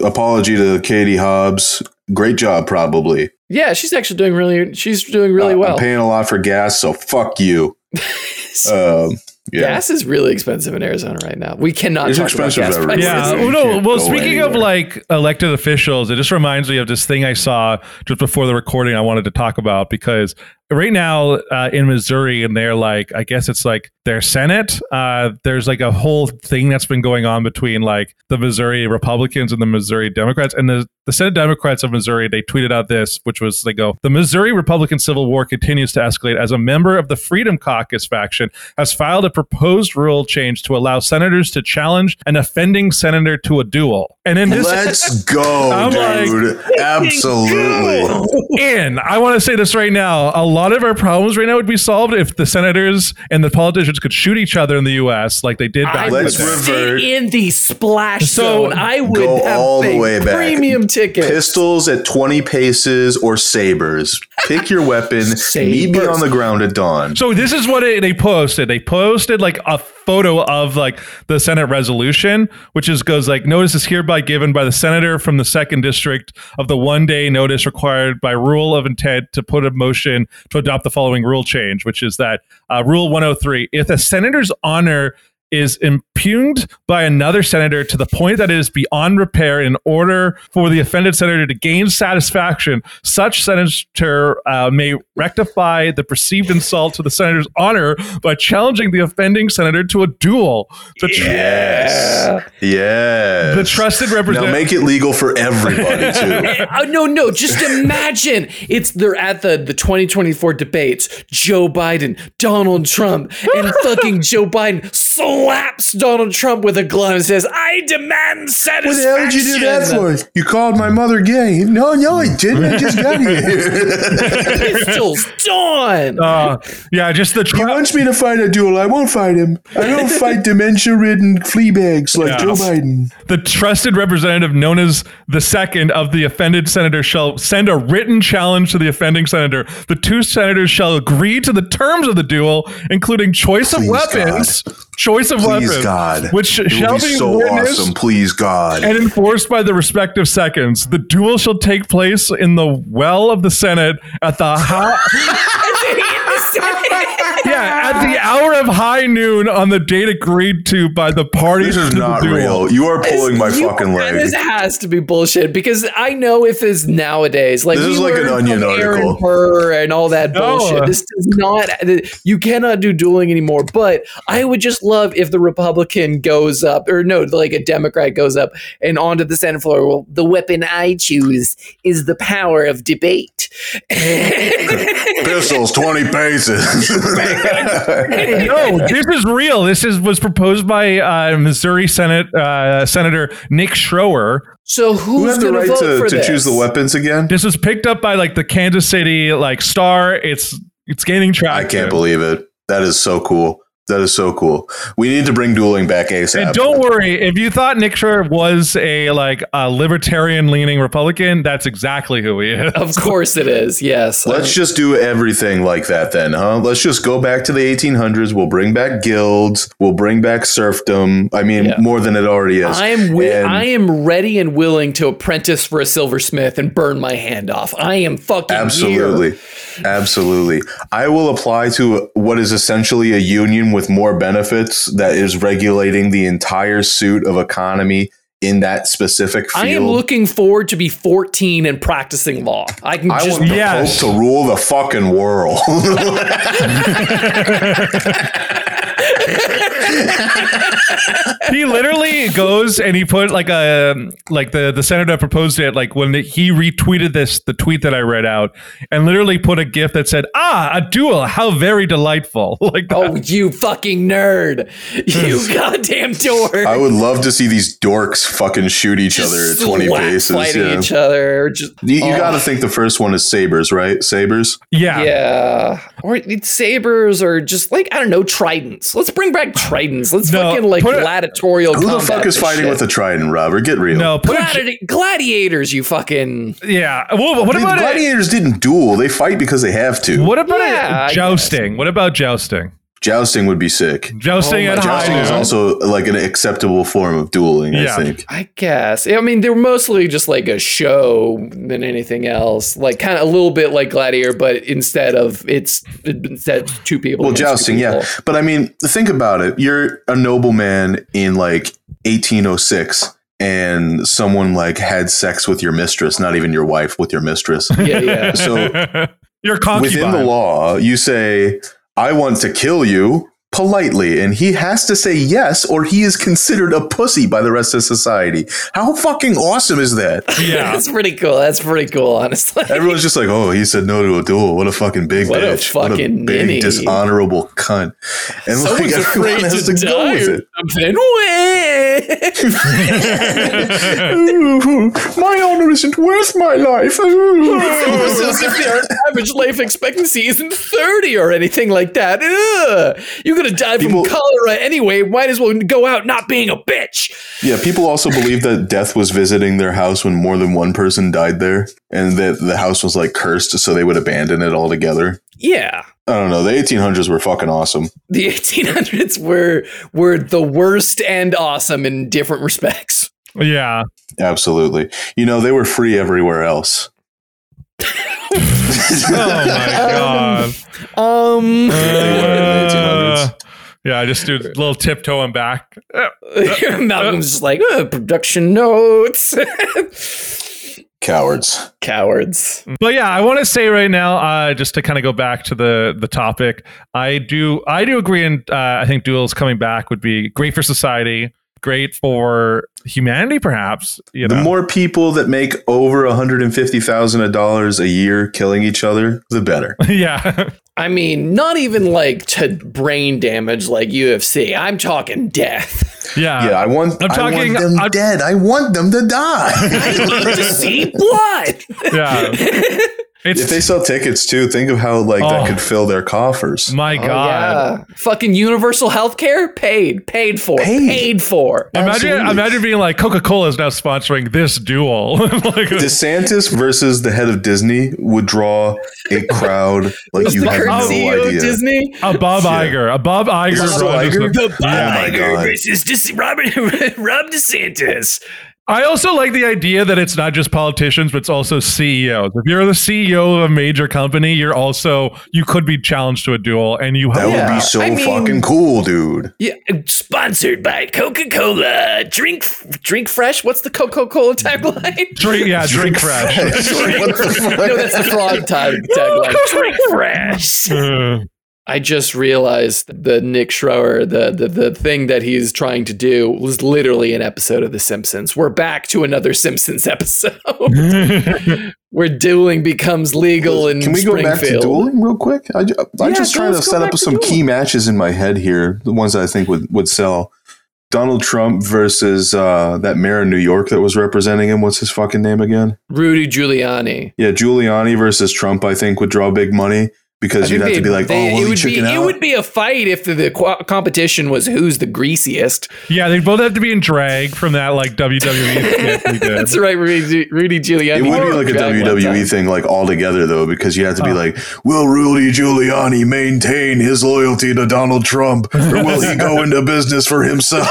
apology to Katie Hobbs. Great job, probably. yeah, she's actually doing really. She's doing really Uh, well. I'm paying a lot for gas, so fuck you. Um, yeah. Gas is really expensive in Arizona right now. We cannot It's talk about expensive gas everywhere. prices. Yeah. Right. Well, no. Can't Well, go speaking of anywhere. like elected officials, it just reminds me of this thing I saw just before the recording. I wanted to talk about because right now uh, in Missouri, and they're like, I guess it's like their Senate. Uh, there's like a whole thing that's been going on between like the Missouri Republicans and the Missouri Democrats, and the the Senate Democrats of Missouri. They tweeted out this, which was they go, the Missouri Republican Civil War continues to escalate as a member of the Freedom Caucus faction has filed a proposed rule change to allow senators to challenge an offending senator to a duel. And in this Let's go, I'm like, dude. Absolutely. in, I want to say this right now. A lot of our problems right now would be solved if the senators and the politicians could shoot each other in the US like they did I back would Let's then. revert. sit in the splash So, zone. I would go have all the paid way back. premium tickets. Pistols at 20 paces or sabers. Pick your weapon. Meet me Sabers. on the ground at dawn. So this is what it, they posted. They posted like a photo of like the Senate resolution, which is goes like notice is hereby given by the senator from the second district of the one day notice required by rule of intent to put a motion to adopt the following rule change, which is that uh, rule 103. If a senator's honor is impugned by another senator to the point that it is beyond repair in order for the offended senator to gain satisfaction such senator uh, may rectify the perceived insult to the senator's honor by challenging the offending senator to a duel the, tr- Yes. Yes. the trusted Now representative make it legal for everybody, too. Uh, no, no. Just imagine it's they're at the the 2024 debates. Joe Biden, Donald Trump, and fucking Joe Biden slaps Donald Trump with a glove and says, "I demand What the satisfaction." hell did you do that for? You called my mother gay. No, no, I didn't. I just got here. Pistols dawn. uh, yeah just the He tru- wants me to fight a duel. I won't fight him. I don't fight dementia-ridden flea bags like Yeah. Joe Biden. the trusted representative known as the second of the offended senator shall send a written challenge to the offending senator. The two senators shall agree to the terms of the duel, including choice of Please, weapons, choice of weapons, which shall be witnessed Please, God. and enforced by the respective seconds. The duel shall take place in the well of the Senate at the high, yeah, at the hour of high noon on the date agreed to by the parties. this is to the not duel. real. You are pulling my You- fucking leg. This has to be bullshit because I know if it's nowadays, like This we is like an learned Onion from article. Aaron Burr and all that No. bullshit. This does not. You cannot do dueling anymore. But I would just love if the Republican goes up, or no, like a Democrat goes up and onto the Senate floor. Well, the weapon I choose is the power of debate. Pistols, twenty paces. no, this is real. This is was proposed by uh, Missouri Senate uh, Senator Nick Schroer. So Who who's had the going right vote to, for to this? choose the weapons again? This was picked up by like the Kansas City like Star. It's it's gaining I traction. can't believe it. That is so cool. That is so cool. We need to bring dueling back ASAP. And don't worry, if you thought Nick Schroer was a like a libertarian leaning Republican, that's exactly who he is. Of course it is. Yes. Let's just do everything like that then, huh? Let's just go back to the 1800s. We'll bring back guilds. We'll bring back serfdom. I mean, Yeah. more than it already is. I am wi- And- I am ready and willing to apprentice for a silversmith and burn my hand off. I am fucking here. Absolutely. Absolutely. I will apply to what is essentially a union with more benefits that is regulating the entire suit of economy in that specific field. I am looking forward to be 14 and practicing law. I can I just want the Yes. Pope to rule the fucking world. he literally goes and he put like a like the the senator that proposed it like when he retweeted this the tweet that I read out and literally put a gif that said ah a duel how very delightful like that. Oh, you fucking nerd. Hmm. You goddamn dork. I would love to see these dorks fucking shoot each other at Just 20 slap paces. Fighting Yeah. each other. or Just, You, you Oh, got to think the first one is sabers, right? Sabers? yeah. Yeah. Or it's sabers or just like, I don't know, tridents. Let's bring back tridents. Let's No, fucking like put it- gladiatorial. Who the combat fuck is this fighting shit. with a trident, Robert? Get real. no put a, Gladi- gladiators, you fucking. yeah well, what The about it? gladiators didn't duel. They fight because they have to. what about Yeah, I it? jousting what about jousting Jousting would be sick. jousting Oh my at God. Jousting high is noon. also like an acceptable form of dueling, Yeah. I think. I guess. I mean, they were mostly just like a show than anything else. Like kind of a little bit like Gladiator, but instead of it's instead of two people. Well, against two jousting, yeah. people. But I mean, think about it. You're a nobleman in like 1806, and someone like had sex with your mistress, not even your wife, with your mistress. Yeah, yeah. So your within the concubine law, you say, I want to kill you politely, and he has to say yes, or he is considered a pussy by the rest of society. How fucking awesome is that? yeah That's pretty cool. That's pretty cool, honestly. Everyone's just like, oh, he said no to a duel. What a fucking big What a bitch. fucking big ninny." dishonorable cunt. And Someone's like everyone afraid has to to, go die with or it. something. Wah! my honor isn't worth my life. It's as if their average life expectancy isn't 30 or anything like that. Ugh. You're going to die from People- cholera anyway. Might as well go out not being a bitch. yeah, people also believe that death was visiting their house when more than one person died there, and that the house was like cursed, so they would abandon it altogether. Yeah. I don't know. The 1800s were fucking awesome. the 1800s were were the worst and awesome in different respects. yeah Absolutely. You know, they were free everywhere else. oh my god. Um, Uh, yeah, I just do a little tiptoeing back. Malcolm's just like "Uh, production notes, Cowards. cowards. But yeah, I want to say right now, uh, just to kind of go back to the the topic, I do I do agree, and uh, I think duels coming back would be great for society, great for humanity, perhaps. You know, The more people that make over $150,000 a year killing each other, the better. Uh, yeah, I mean, not even like to brain damage like UFC. I'm talking death. yeah, yeah, I want, I'm I'm talking, talking- them I'm- dead. I want them to die. I need to see blood. yeah. Oh, It's if they sell tickets too, think of how like Oh. that could fill their coffers. my Oh, god. yeah. Fucking universal healthcare paid, paid for, Paid. paid for. Imagine, Absolutely. imagine being like Coca Cola is now sponsoring this duel. like, DeSantis versus the head of Disney would draw a crowd like you the have current no CEO of idea. E Disney. a Bob Iger, a Bob Iger. Is it still versus Iger? the- Oh my Iger God. versus Dis- Robert Rob DeSantis. I also like the idea that it's not just politicians, but it's also CEOs. If you're the CEO of a major company, you're also you could be challenged to a duel, and you That have would Yeah, be so I mean- fucking cool, dude. Yeah, sponsored by Coca Cola. Drink, drink fresh. What's the Coca Cola tagline? drink. Yeah, drink fresh. What the fuck? no, that's the frog tag tagline. drink fresh. Uh, I just realized the Nick Schroer, the, the the thing that he's trying to do was literally an episode of The Simpsons. We're back to another Simpsons episode where dueling becomes legal in Can we go back to Springfield. dueling real quick? I, ju- I'm Yeah, just trying to let's go set back up to some key matches in my head here, the ones that I think would, would sell. Donald Trump versus uh, that mayor in New York that was representing him. What's his fucking name again? Rudy Giuliani. Yeah, Giuliani versus Trump, I think, would draw big money because I think you'd have to they'd- be like, they- oh, will it he would be chicken out? it would be a fight if the, the qu- competition was who's the greasiest. yeah, they both have to be in drag from that like WWE. skit we did. That's right, Rudy, Rudy Giuliani. It would be was like a E drag one time. WWE thing, like all together though, because you have to be like, will Rudy Giuliani maintain his loyalty to Donald Trump, or Um, will he go into business for himself?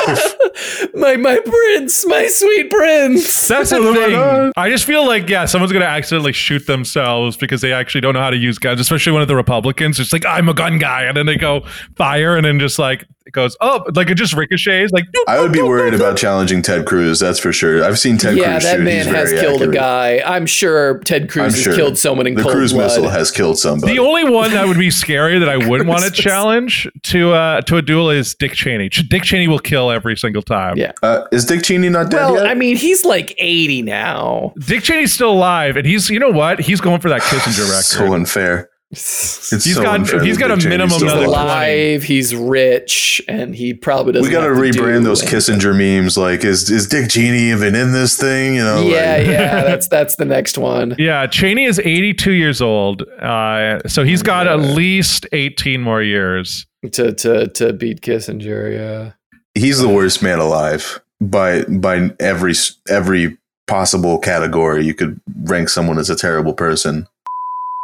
My my prince, my sweet prince. That's the thing. I just feel like yeah, someone's gonna accidentally shoot themselves because they actually don't know how to use guns, especially one of the Republicans. It's like I'm a gun guy, and then they go fire, and then just like it goes up, like it just ricochets. Like doop, I would be doop, doop, worried doop. about challenging Ted Cruz. That's for sure. I've seen Ted yeah, Cruz that shoot. man He's has very killed accurate. a guy. I'm sure Ted Cruz I'm has sure. killed someone in The cold Cruz blood. missile has killed somebody. The only one that would be scary that I wouldn't want to Cruz. challenge to uh, to a duel is Dick Cheney. Ch- Dick Cheney will kill every single time. Yeah. uh, is Dick Cheney not dead Well, yet? I mean, he's like 80 now. Dick Cheney's still alive, and he's you know what? He's going for that Kissinger record. so unfair. It's He's so got- unfair he's that got a Dick Cheney's minimum still He's another alive. alive. He's rich, and he probably doesn't. We got to have do rebrand those anything. Kissinger memes. Like, is is Dick Cheney even in this thing? You know, Yeah, like, yeah. That's that's the next one. Yeah, Cheney is 82 years old, uh, so he's got at least 18 more years. To to to beat Kissinger. Yeah. he's the worst man alive by by every every possible category. You could rank someone as a terrible person.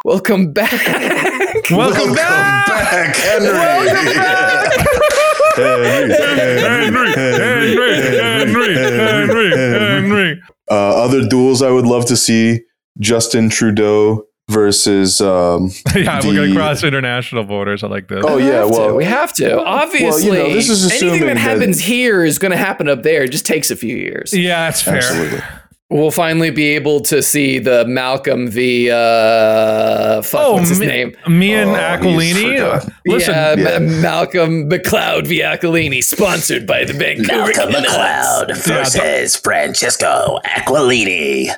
Welcome back. Welcome back! back, Henry. Henry, Henry, Henry, Henry, Henry. Uh, other duels I would love to see: Justin Trudeau versus. Um, Yeah, we're gonna The- cross international borders. I like this. oh We yeah, have to, well, we have to. Obviously, this is anything assuming that that- happens here is going to happen up there. It just takes a few years. Yeah, that's fair. absolutely. We'll finally be able to see the Malcolm the uh, fuck, what's his Oh, me, name? me and Oh, he's Aquilini. forgotten. Listen, yeah, yeah. Ma- Malcolm McLeod Viacolini, sponsored by the Vancouver Malcolm Canucks. McLeod versus Francesco Aquilini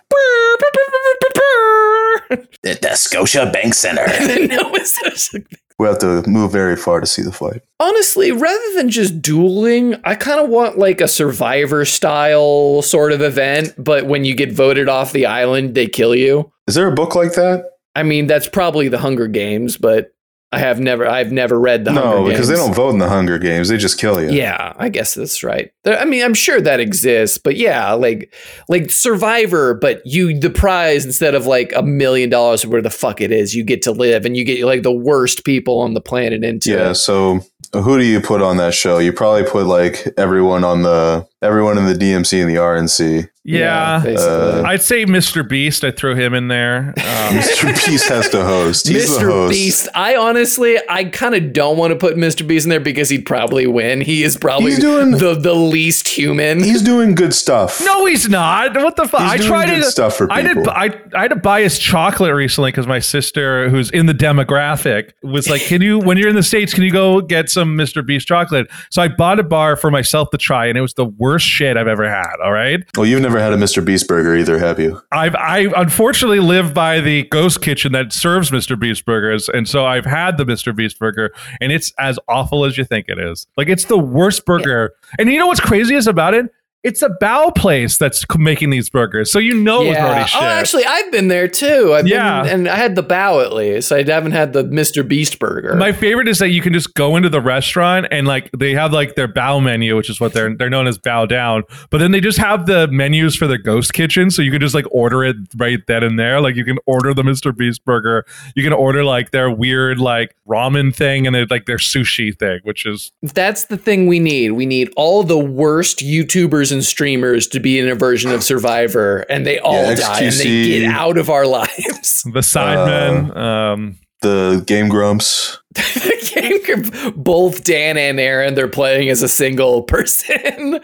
at the Scotia Bank Center. No, it's such a- We have to move very far to see the fight. Honestly, rather than just dueling, I kind of want like a survivor style sort of event, but when you get voted off the island, they kill you. Is there a book like that? I mean, that's probably the Hunger Games, but I have never I've never read the Hunger no, Games. because they don't vote in the Hunger Games; they just kill you. Yeah, I guess that's right. There, I mean, I'm sure that exists, but yeah, like like Survivor, but you the prize instead of like a million dollars or where the fuck it is, you get to live and you get like the worst people on the planet into Yeah, it. so who do you put on that show? You probably put like everyone on the everyone in the DMC and the RNC. yeah. basically. Uh, I'd say Mr. Beast. I throw him in there. Um, Mr. Beast has to host. He's the Mr. host. Beast. I honestly, I kind of don't want to put Mr. Beast in there because he'd probably win. He is probably He's doing- the the least human. He's doing good stuff. no, he's not. What the fuck? He's I doing tried good to stuff for I did. people. I I had to buy his chocolate recently because my sister, who's in the demographic, was like, "Can you, when you're in the states, can you go get some Mr. Beast chocolate?" So I bought a bar for myself to try, and it was the worst shit I've ever had. All right, Well, you've never had a Mr. Beast burger either, have you? I've I unfortunately live by the ghost kitchen that serves Mr. Beast burgers, and so I've had the Mr. Beast burger, and it's as awful as you think it is. Like it's the worst burger, and you know what's craziest about it? It's a bow place that's c- making these burgers, so you know it was already shit. Oh, actually, I've been there too. I've Yeah. been, and I had the bow at least. I haven't had the Mr. Beast burger. My favorite is that you can just go into the restaurant and like they have like their bow menu, which is what they're they're known as bow down. But then they just have the menus for the ghost kitchen, so you can just like order it right then and there. Like you can order the Mr. Beast burger, you can order like their weird like ramen thing and they like their sushi thing, which is That's the thing we need. We need all the worst YouTubers and streamers to be in a version of Survivor, and they all Yeah, die and they XQC. get out of our lives. the Uh. Sidemen. um, The Game Grumps. The game could- Both Dan and Aaron, they're playing as a single person.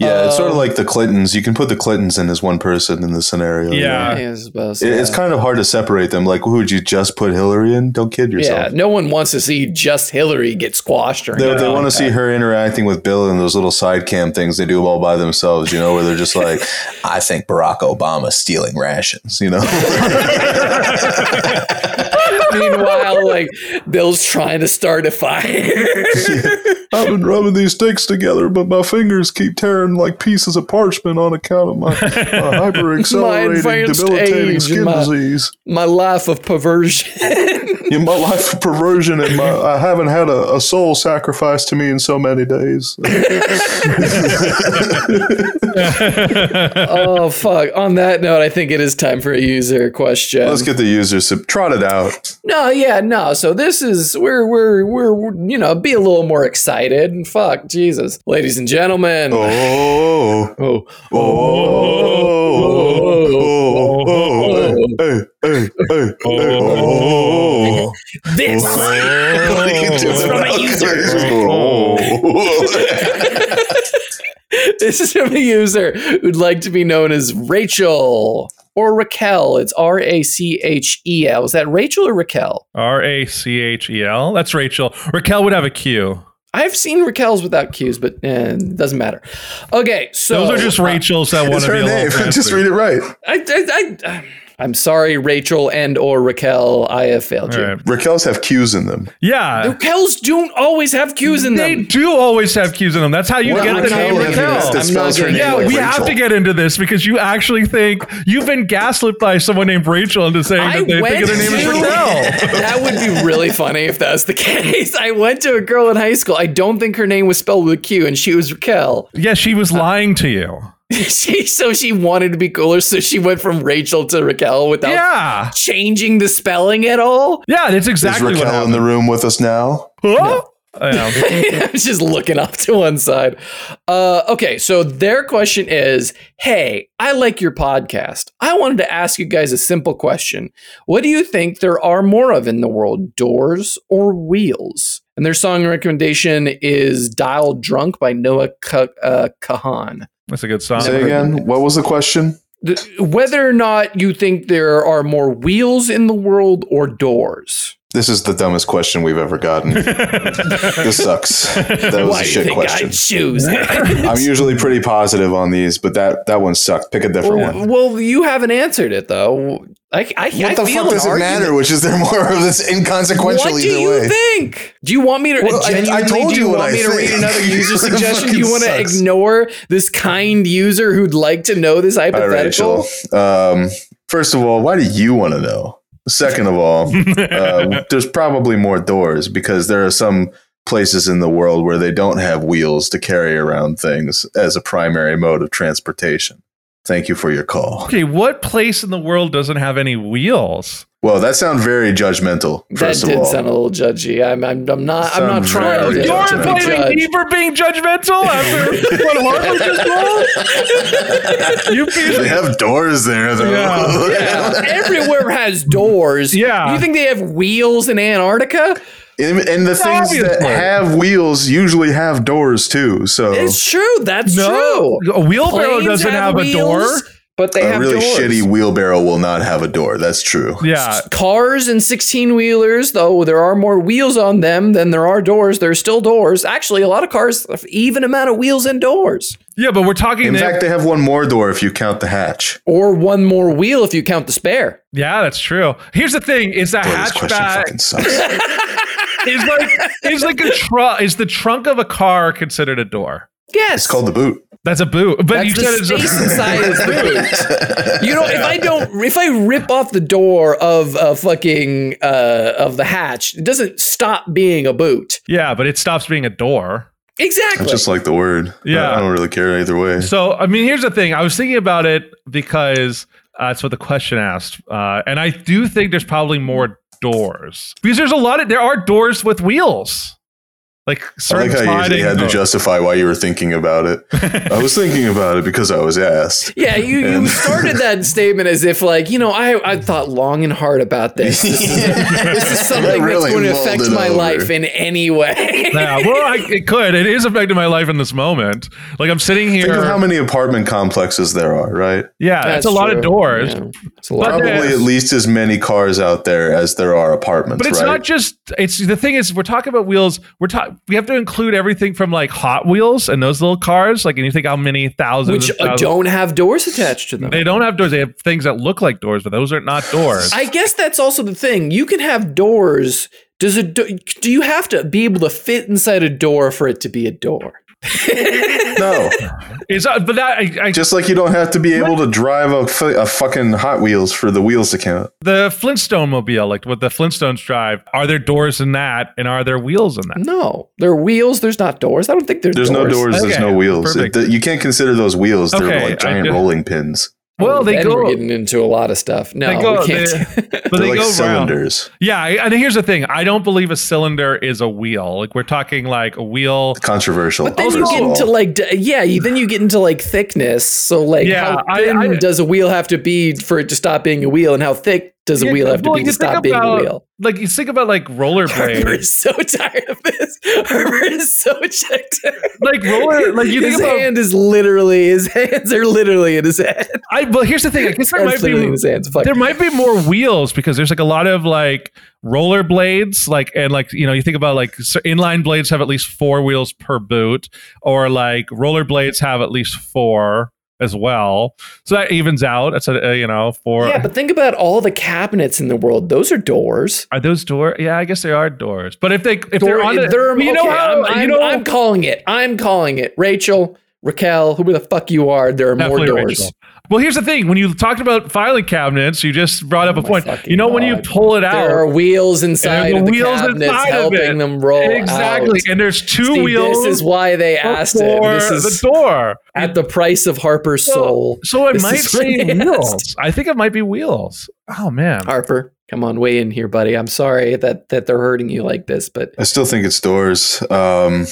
Yeah, it's sort of Um, like the Clintons. You can put the Clintons in as one person in this scenario. you Yeah. know? I suppose, It- It's yeah. kind of hard to separate them. Like, who would you just put Hillary in? Don't kid yourself. Yeah, no one wants to see just Hillary get squashed or They, anything they like want to see that. her interacting with Bill and those little side cam things they do all by themselves, you know, where they're just like, I think Barack Obama's stealing rations, you know? Meanwhile, like Bill's trying to start a fire. I've been rubbing these sticks together, but my fingers keep tearing like pieces of parchment on account of my, my hyper advanced age and my- disease. My life of perversion. Yeah, my life of perversion and my, I haven't had a, a soul sacrificed to me in so many days. oh fuck. On that note, I think it is time for a user question. Let's get the user sub- trot it out. No, yeah, no. So this is guys. We're, we're we're we're you know be a little more excited and fuck Jesus, ladies and gentlemen. Oh, Oh, oh, oh, oh, hey, hey, hey, hey, oh. this. from a this is from a user who'd like to be known as Rachel or Raquel. It's R A C H E L. Is that Rachel or Raquel? R A C H E L. That's Rachel. Raquel would have a Q. I've seen Raquel's without Q's, but eh, it doesn't matter. Okay, so Those are just Rachels that want It's to be uh, her a name. little Just fancy. read it right. I, I, I, I'm sorry, Rachel and or Raquel. I have failed All you. right. Raquel's have Q's in them. Yeah. Raquel's don't always have Q's in They them. do always have Q's in them. That's how you What get the Raquel name have Raquel. this Raquel. that I'm spells not her getting- Yeah, name like we Rachel? have to get into this because you actually think you've been gaslit by someone named Rachel into saying I that they went think their name is to- Raquel. that would be really funny if that's the case. I went to a girl in high school. I don't think her name was spelled with a Q, and she was Raquel. yeah, she was lying to you. she so she wanted to be cooler, so she went from Rachel to Raquel without Yeah. changing the spelling at all. Yeah, that's Is exactly what Raquel in happened. the room with us now? Huh? Yeah. Just looking off to one side. Uh, okay, so their question is Hey, I like your podcast. I wanted to ask you guys a simple question. What do you think there are more of in the world, doors or wheels? And their song recommendation is Dial Drunk by Noah Ka- uh, Kahan. That's a good song. Say heard again. What was the question? Th- Whether or not you think there are more wheels in the world or doors. This is the dumbest question we've ever gotten. this sucks. That was Why a do you shit think question. I choose? I'm usually pretty positive on these, but that that one sucked. Pick a different one. well, well, you haven't answered it though. I, I, What I the feel fuck does an it argument. matter? Which is there more of this inconsequential What do either you way? think? Do you want me to? Well, I- I genuinely, told do you you what want I me to read think. another user It suggestion? Do you fucking want to sucks. ignore this kind user who'd like to know this All right, hypothetical? Rachel. Um, first of all, why do you want to know? Second of all, uh, there's probably more doors because there are some places in the world where they don't have wheels to carry around things as a primary mode of transportation. Thank you for your call. okay, what place in the world doesn't have any wheels? Well, that sounds very judgmental. that First of did all, sound a little judgy. I'm, I'm, I'm not. I'm not Sounds trying very to, Yeah, You're judgy. to be blaming me judged. for being judgmental after what Harper just wrote? You piece they of- have doors there though. Yeah. Yeah, everywhere has doors. Yeah. You think they have wheels in Antarctica? And, and the things that Obviously. have wheels usually have doors too. So It's true. That's No, true. a wheelbarrow Planes doesn't have, a door. wheels, but they a have really doors. shitty wheelbarrow will not have a door. That's true. Yeah, Cars and 16 wheelers, though there are more wheels on them than there are doors, there's still doors. Actually, a lot of cars have even amount of wheels and doors. yeah, but we're talking. In that- fact, they have one more door if you count the hatch. Or one more wheel if you count the spare. yeah, that's true. Here's the thing: is a Boy, this question hatchback fucking sucks. is like is like a trunk is the trunk of a car considered a door? Yes. It's called the boot. That's a boot, but That's you the said it's space a, inside is boot. You know, if I don't, if I rip off the door of a fucking uh, of the hatch, it doesn't stop being a boot. yeah, but it stops being a door. I Exactly. just like the word. Yeah. I don't really care either way. So, I mean, here's the thing. I was thinking about it because uh, that's what the question asked, uh, and I do think there's probably more doors because there's a lot of there are doors with wheels, like I like certain how you usually sliding had to doors. justify why you were thinking about it. I was thinking about it because I was asked. Yeah, you, you And- started that statement as if like you know I I thought long and hard about this. This is, this is something really that's going to mulled affect it my over. life in any way. Yeah, well, I, it could. It is affecting my life in this moment. Like I'm sitting here. Think of how many apartment complexes there are, right? yeah, that's, a lot true. of doors. Yeah, it's a lot. But of Probably there's- at least as many cars out there as there are apartments, But it's right? not just. It's the thing is we're talking about wheels. We're talking. We have to include everything from like Hot Wheels and those little cars. Like, and you think how many thousands? which and uh, thousands- don't have doors attached to them. They don't have doors. They have things that look like doors, but those are not doors. I guess that's also the thing. You can have doors. Does it? Do, do you have to be able to fit inside a door for it to be a door? no, Is that, uh, but that I, I, just like you don't have to be able to drive a, fu- a fucking Hot Wheels for the wheels to count. the Flintstone mobile, like what the Flintstones drive, are there doors in that, and are there wheels in that? No, there are wheels. There's not doors. I don't think there's. There's no doors. There's Okay, no wheels. It- perfect. th- you can't consider those wheels. They're Okay, like I giant did- rolling pins. Well, they then go- We're getting into a lot of stuff. No, They go- we can't. But They're they like go round. cylinders. Yeah, I- and here's the thing: I don't believe a cylinder is a wheel. Like we're talking like a wheel. Controversial. But then you first get of into all. like d- yeah, you, then you get into like thickness. So like, Yeah, how I- thin I- does a wheel have to be for it to stop being a wheel, and how thick does a Yeah, wheel have to well, be you to think stop being a about- wheel? Like you think about like Harper rollerblades. is so tired of this. Harper is so checked out. like roller. Like you his think about. hand is literally his hands are literally in his head. I but here's the thing. I guess there might That's literally in be his hands. Fuck. there might be more wheels because there's like a lot of like rollerblades like and like you know you think about like so inline blades have at least four wheels per boot or like rollerblades have at least four as well so that evens out that's a, a you know four yeah, but think about all the cabinets in the world. Those are doors. are those door yeah i guess they are doors but if they Door- if they're on the, you know okay, I'm, how you I'm- know I'm calling it. I'm calling it. Rachel, Raquel, whoever the fuck you are, there are more Definitely doors. original. Well, here's the thing. When you talked about filing cabinets, you just brought up a Oh my point. fucking You know, when you God. pull it out, There are wheels inside the of the wheels cabinets inside of helping it. them roll exactly, out. and there's two See, wheels. This is why they asked it. before This is the door. at the price of Harper's Well, soul. So it This might is what say they asked. wheels. I think it might be wheels. Oh man. Harper, come on, weigh in here, buddy. I'm sorry that that they're hurting you like this, but I still think it's doors. Um,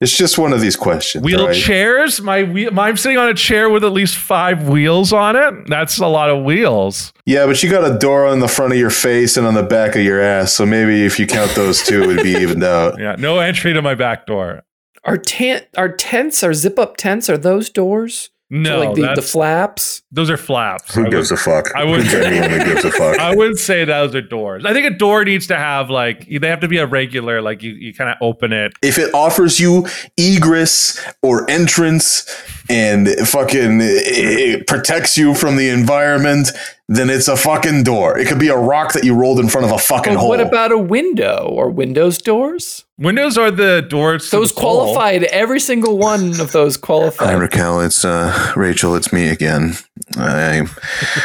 it's just one of these questions. right? Wheelchairs. My wheel. my- I'm sitting on a chair with at least five wheels on it. That's a lot of wheels. Yeah, but you got a door on the front of your face and on the back of your ass. So maybe if you count those two, it'd be evened out. Yeah. No entry to my back door. are tent are tents are zip up tents are those doors? No. So, like the, the that's- flaps. those are flaps. I Who would- gives a fuck? I would- Who genuinely gives a fuck. I wouldn't say those are doors. I think a door needs to have like they have to be a regular. Like you, you kind of open it. if it offers you egress or entrance and fucking it, it protects you from the environment, then it's a fucking door. It could be a rock that you rolled in front of a fucking But hole. what about a window or windows doors? Windows are the doors. to Those the soul. qualified. Every single one of those Hi, qualified. Raquel. It's uh, Rachel. It's me again. I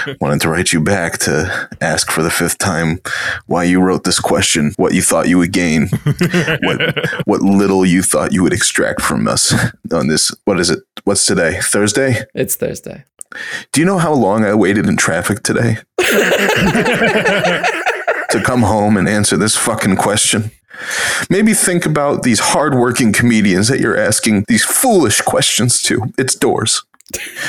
wanted to write you back to ask for the fifth time why you wrote this question, what you thought you would gain, what, what little you thought you would extract from us on this. What is it? What's today? Thursday? It's Thursday. Do you know how long I waited in traffic today? to come home and answer this fucking question. Maybe think about these hardworking comedians that you're asking these foolish questions to. It's doors.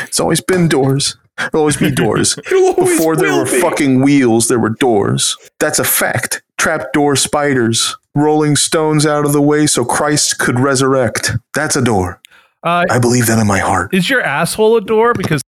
It's always been doors. There'll always be doors. Before there were fucking wheels, there were doors. That's a fact. Trapdoor spiders, rolling stones out of the way so Christ could resurrect. That's a door. Uh, I believe that in my heart. is your asshole a door? Because